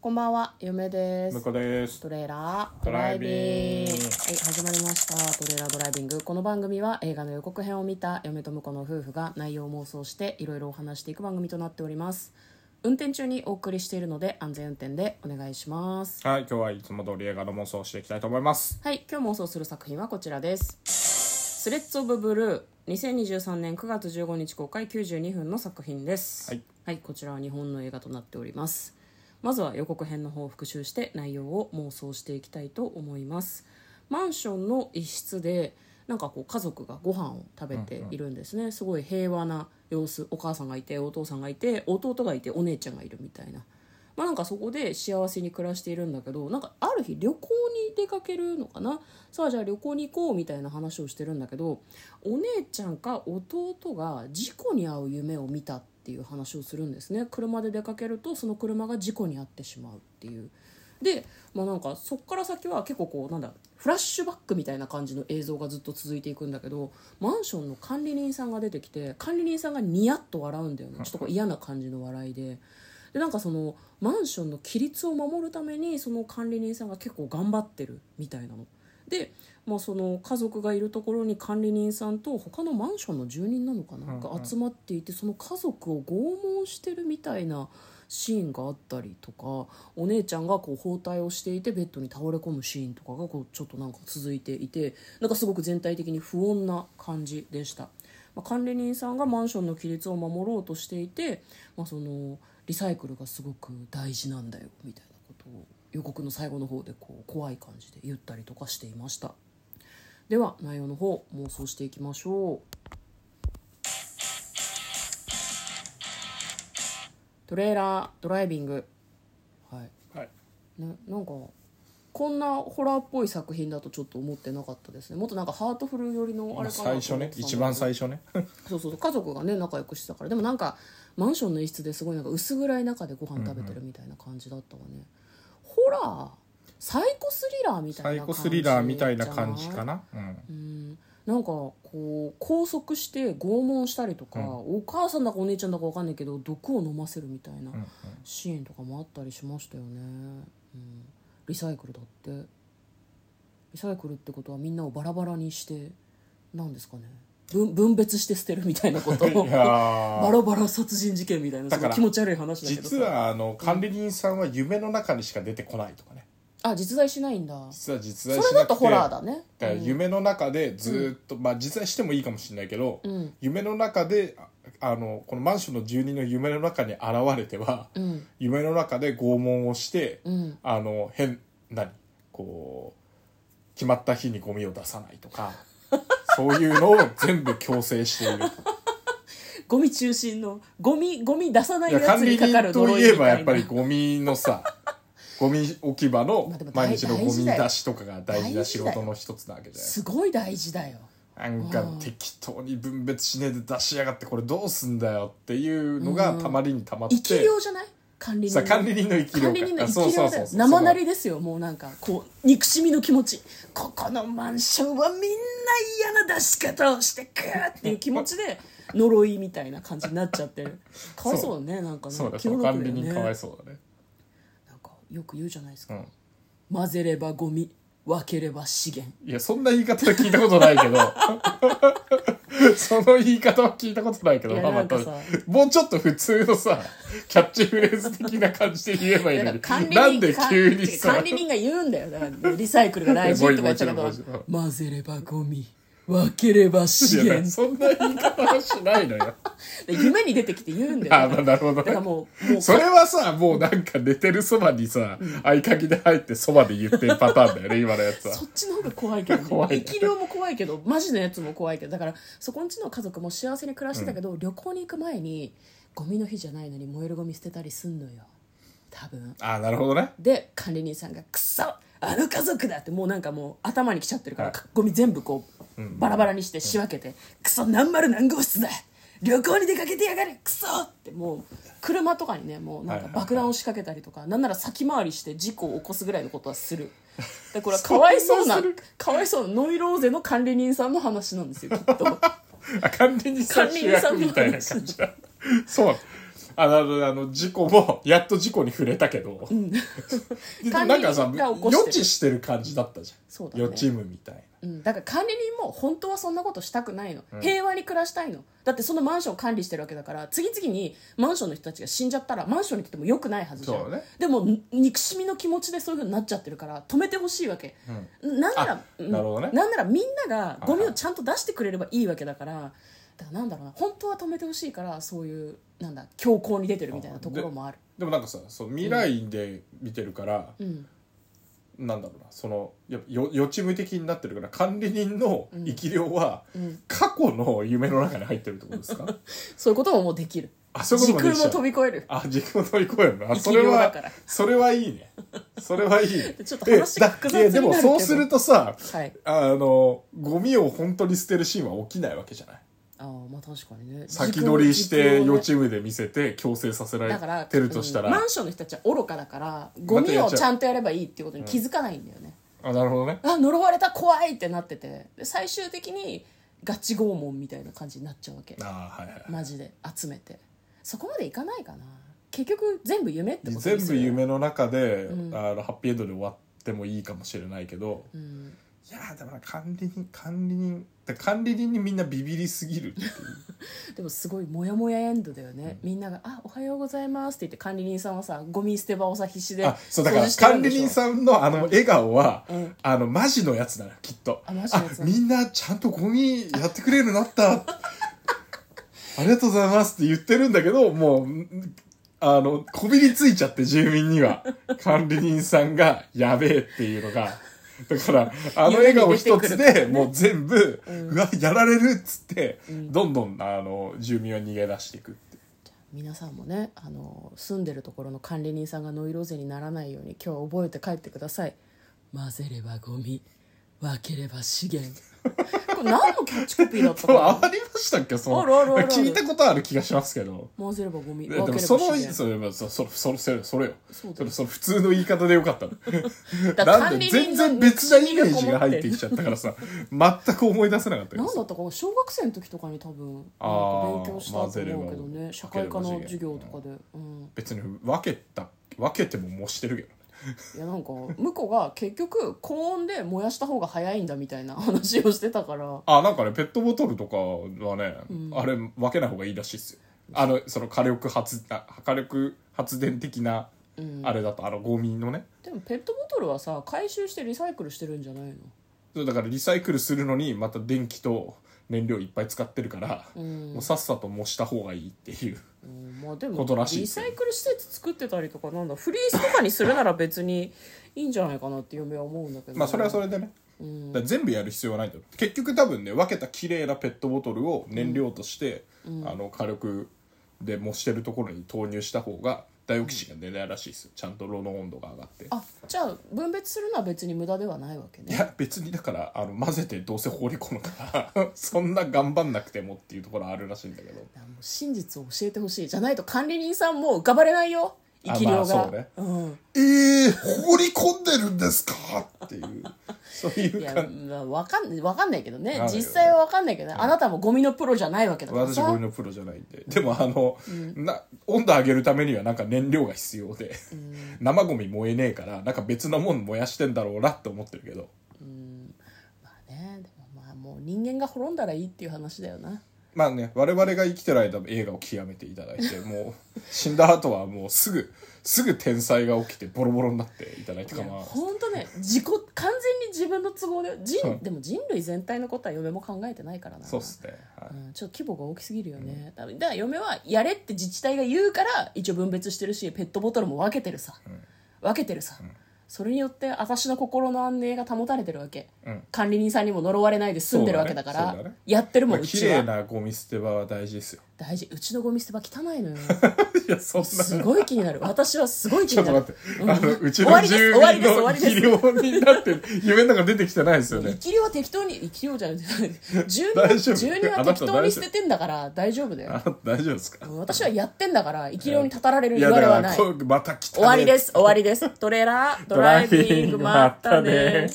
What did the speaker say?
こんばんは、嫁です向。こうですトレーラードドラライイビビンンググはい始まりましたトレーラードライビングこの番組は映画の予告編を見た嫁と婿の夫婦が内容を妄想していろいろお話していく番組となっております運転中にお送りしているので安全運転でお願いしますはい今日はいつも通り映画の妄想をしていきたいと思いますはい今日妄想する作品はこちらですスレッズ・オブ・ブルー2023年9月15日公開92分の作品ですはい、こちらは日本の映画となっておりますまずは予告編の方を復習して内容を妄想していきたいと思いますマンションの一室でなんかこう家族がご飯を食べているんですね、すごい平和な様子お母さんがいてお父さんがいて弟がいてお姉ちゃんがいるみたいなまあ、なんかそこで幸せに暮らしているんだけどなんかある日旅行に出かけるのかなさあじゃあ旅行に行こうみたいな話をしてるんだけどお姉ちゃんか弟が事故に遭う夢を見たっていう話をするんですね車で出かけるとその車が事故に遭ってしまうっていうで、まあ、なんかそっから先は結構こうなんだフラッシュバックみたいな感じの映像がずっと続いていくんだけどマンションの管理人さんが出てきて管理人さんがニヤッと笑うんだよねちょっとこう嫌な感じの笑いで。でなんかそのマンションの規律を守るためにその管理人さんが結構頑張ってるみたいなの。で、まあ、その家族がいるところに管理人さんと他のマンションの住人なのかな、うんが集まっていてその家族を拷問してるみたいなシーンがあったりとかお姉ちゃんがこう包帯をしていてベッドに倒れ込むシーンとかがこうちょっとなんか続いていてなんかすごく全体的に不穏な感じでした。まあ、管理人さんがマンションの規律を守ろうとしていて、まあ、そのリサイクルがすごく大事なんだよみたいなことを予告の最後の方でこう怖い感じで言ったりとかしていましたでは内容の方妄想していきましょうトレーラードライビングはいはいね、なんかこんなホラーっぽい作品だとちょっと思ってなかったですねもっとなんかハートフル寄りのあれかなと思最ってた初んだねけど一番最初ねそうそうそう家族がね仲良くしてたからでもなんかマンションの一室ですごいなんか薄暗い中でご飯食べてるみたいな感じだったわね、ホラーサイコスリラーみたい サなイ感コじスリラーみたいな感じかなうんうんなんかこう拘束して拷問したりとか、うんお母さんだかお姉ちゃんだか分かんないけど毒を飲ませるみたいなうんうんシーンとかもあったりしましたよね、うん、リサイクルだってリサイクルってことはみんなをバラバラにしてなんですかね分分別して捨てるみたいなこと いやバーラバラ殺人事件みたいなだすごかいら気持ち悪い話だけどさ実はあの管理人さんは夢の中にしか出てこないとかねあ実在しないんだ実は実それ在しなだくてとホラーだねだから夢の中でずーっと、まあ実在してもいいかもしれないけど、うん夢の中でああのこのマンションの住人の夢の中に現れては、うん夢の中で拷問をして、うんあの変何こう決まった日にゴミを出さない とかそういうのを全部強制しているゴミ中心のゴミゴミ出さないいややつ管理にかかる人と呪いみたいえいなばやっぱりゴミのさ ゴミ置き場のまあでも大毎日のゴミ出しとかが大事な大事仕だよ事の一つなわけじゃないすごい大事だよなんかうん適当に分別しねえで出しやがってこれどうすんだよっていうのがたまりにたまって、生き量じゃない管理人さの管理人の生き管量か理人のあ生そうきそ量うだそうよそう生なりですよもうなんかこう憎しみの気持ちここのマンションはみんな嫌な出し方をしてくるっていう気持ちで呪いみたいな感じになっちゃって るかわいそうだねなんかねそうだ気その毒うだよ管ね理人かわいそうだねなんかよく言うじゃないですうか、ん混ぜればゴミ分ければ資源いや、そんな言い方は聞いたことないけど。 その言い方は聞いたことないけど、いやまあまあなんかさもうちょっと普通のさ、キャッチフレーズ的な感じで言えばいいのだにから管理。人なんで急にさ管、理人が言うんだよだからリサイクルが大事とか言 ってたけもうど一度もう一度混ぜればゴミ分ければ資いや源そんな言い方はしないのよ。で夢に出てきて言うんだよ ああ、まあなるほどだからね。もう、もう、それはさ、もうなんか寝てるそばにさ、合鍵で入ってそばで言ってるパターンだよね、今のやつはそ。っちの方が怖いけど、ね、怖いね生き量も怖いけど、マジのやつも怖いけど、だから、そこんちの家族も幸せに暮らしてたけど、旅行に行く前に、ゴミの日じゃないのに燃えるゴミ捨てたりすんのよ。多分。ああ、なるほどね。で、管理人さんが、くそあの家族だって、もうなんかもう頭に来ちゃってるから、はいゴミ全部こう、バラバラにして仕分けて、くそ何丸何号室だ旅行に出かけてやがるくそってもう車とかにねもうなんか爆弾を仕掛けたりとかなんなら先回りして事故を起こすぐらいのことはす るでこれはかわいそうなそんなするかわいそうなノイローゼの管理人さんの話なんですよきっとあ管理人さん主役みたいな感じだそうあのあのあの事故もやっと事故に触れたけど、 で管理人なんかさが起こしてる予知してる感じだったじそうゃだん、ね予知夢みたいなうん、だから管理人も本当はそんなことしたくないの、うん平和に暮らしたいのだってそのマンションを管理してるわけだから次々にマンションの人たちが死んじゃったらマンションにとっても良くないはずじゃ、そうんねでもん憎しみの気持ちでそういうふうになっちゃってるから止めてほしいわけ、なんならあうんなるほどねなんならみんながゴミはいはをいちゃんと出してくれればいいわけだからだからなんだろうな本当は止めてほしいからそういうなんだ強行に出てるみたいなところもあるでもなんかさそう未来で見てるから、うんなんだろうなそのやっぱよ予知夢的になってるから管理人の生き量は、うん過去の夢の中に入ってるってことですかそういうことももうできるあそういう時こと空もできもちゃ飛うび越えるあ時空を飛び越えるのあ生そきれ量だはからそれはいいねそれはいいね ちょっと話が複雑になるけどえだいやでもそうするとさはいあのゴミを本当に捨てるシーンは起きないわけじゃないああまあ確かにね先取りして時空を予ね知夢で見せて強制させらだかられてるとしたらうんマンションの人たちは愚かだからゴミをちゃんとやればいいっていうことに気づかないんだよね、あなるほどねあ呪われた怖いってなっててで最終的にガチ拷問みたいな感じになっちゃうわけあーはいはいマジで集めてそこまでいかないかな結局全部夢ってこと全部よね、夢の中で、うんあのハッピーエンドで終わってもいいかもしれないけどうん、いやーでもな管理人管理人だから管理人にみんなビビりすぎるっていうでもすごいモヤモヤエンドだよね、みんなが「あおはようございます」って言って管理人さんはさゴミ捨て場をさ必死であそうだから掃除してる管で理しょ人さんのあの笑顔は、うんあのマジのやつだなきっとあマジのやつだみんなちゃんとゴミやってくれるようになった ありがとうございますって言ってるんだけどもうんあのこびりついちゃって住民には管理人さんがやべえっていうのがだからあの笑顔一つ夢に出てくるかでもう全部、うわやられるっつって、うんどんどんあの住民は逃げ出していくって皆さんもねあの住んでるところの管理人さんがノイローゼにならないように今日覚えて帰ってください混ぜればゴミ分ければ資源 これ何のキャッチコピーだった多分 あかなりましたっけそあるあるのあるある聞いたことある気がしますけど。混ぜればゴミい分やでけれもばその資源それそそそそれそれよそうだそよれその普通の言い方でよかったのだからな管んで理人全の然別なイメー憎しジみがこもって入ってきちゃったからさ全く思い出せなかったけど何ださったか小学生の時とかに多分あーなんか勉強したと思うけど混ぜればね社会科の授業とか分で、うん、別に分けた分けてももしてるけどねいやなんか向こうが結局高温で燃やした方が早いんだみたいな話をしてたからあなんかねペットボトルとかはね、んあれ分けない方がいいらしいっすよあのその火力発あ火力発電的なうんあれだと、あのゴミのねでもペットボトルはさ回収してリサイクルしてるんじゃないのそうだからリサイクルするのにまた電気と燃料いっぱい使ってるから、うんもうさっさと模した方がいいっていううんまあでもことらしいリですサよイクル施設作ってたりとかなんだフリースとかにするなら別にいいんじゃないかなって嫁は思うんだけど、まあそれはそれ、れでねうんだから全部やる必要はないと結局多分ね分けた綺麗なペットボトルを燃料として、あの火力で模してるところに投入した方がダイオキシンが出ないらしいですよちゃんと炉の温度が上がってあじゃあ分別するのは別に無駄ではないわけいねや別にだからあの混ぜてどうせ放り込むから そんな頑張んなくてもっていうところあるらしいんだけどいやもう真実を教えてほしいじゃないと管理人さんも浮かばれないよ生き量が、あまあそうねうんえー、放り込んでるんですかっていうそういういや、感じまあ、わかんわかんないけどねなんだよね実際はわかんないけどねあなたもゴミのプロじゃないわけだから私さゴミのプロじゃないんで でもあの、な温度上げるためにはなんか燃料が必要で、生ゴミ燃えねえからなんか別のもん燃やしてんだろうなって思ってるけどまあねでもまあもう人間が滅んだらいいっていう話だよなまあね我々が生きてる間映画を極めていただい てもう死んだ後はもうすぐすぐ天才が起きてボロボロになっていただいていや構わない本当ね自己完全に自分の都合で人、うんでも人類全体のことは嫁も考えてないからなそうっすね、はいうん、ちょっと規模が大きすぎるよね、だだから嫁はやれって自治体が言うから一応分別してるしペットボトルも分けてるさ、分けてるさ、それによって私の心の安寧が保たれてるわけ、うん管理人さんにも呪われないで済んでるわけだからそうだねそうだねやってるもまあんう綺ち麗は、なゴミ捨て場は大事ですよ大事うちのゴミ捨て場汚いのよいやそんな すごい気になる私はすごい気ちょにっなとる待って、あのうち終わりのです住終わり民です終わのりです肥料になって 夢の中出てきてないですよ生ねき量は適当に生き量じゃ ない住人大丈夫は住人は適当に捨ててんだから大丈夫だよあ大丈夫ですか私はやってんだから生き量にたたられるい言やわだれかはらないこうまた来たね終わりです終わりですトレーラードライビングまったね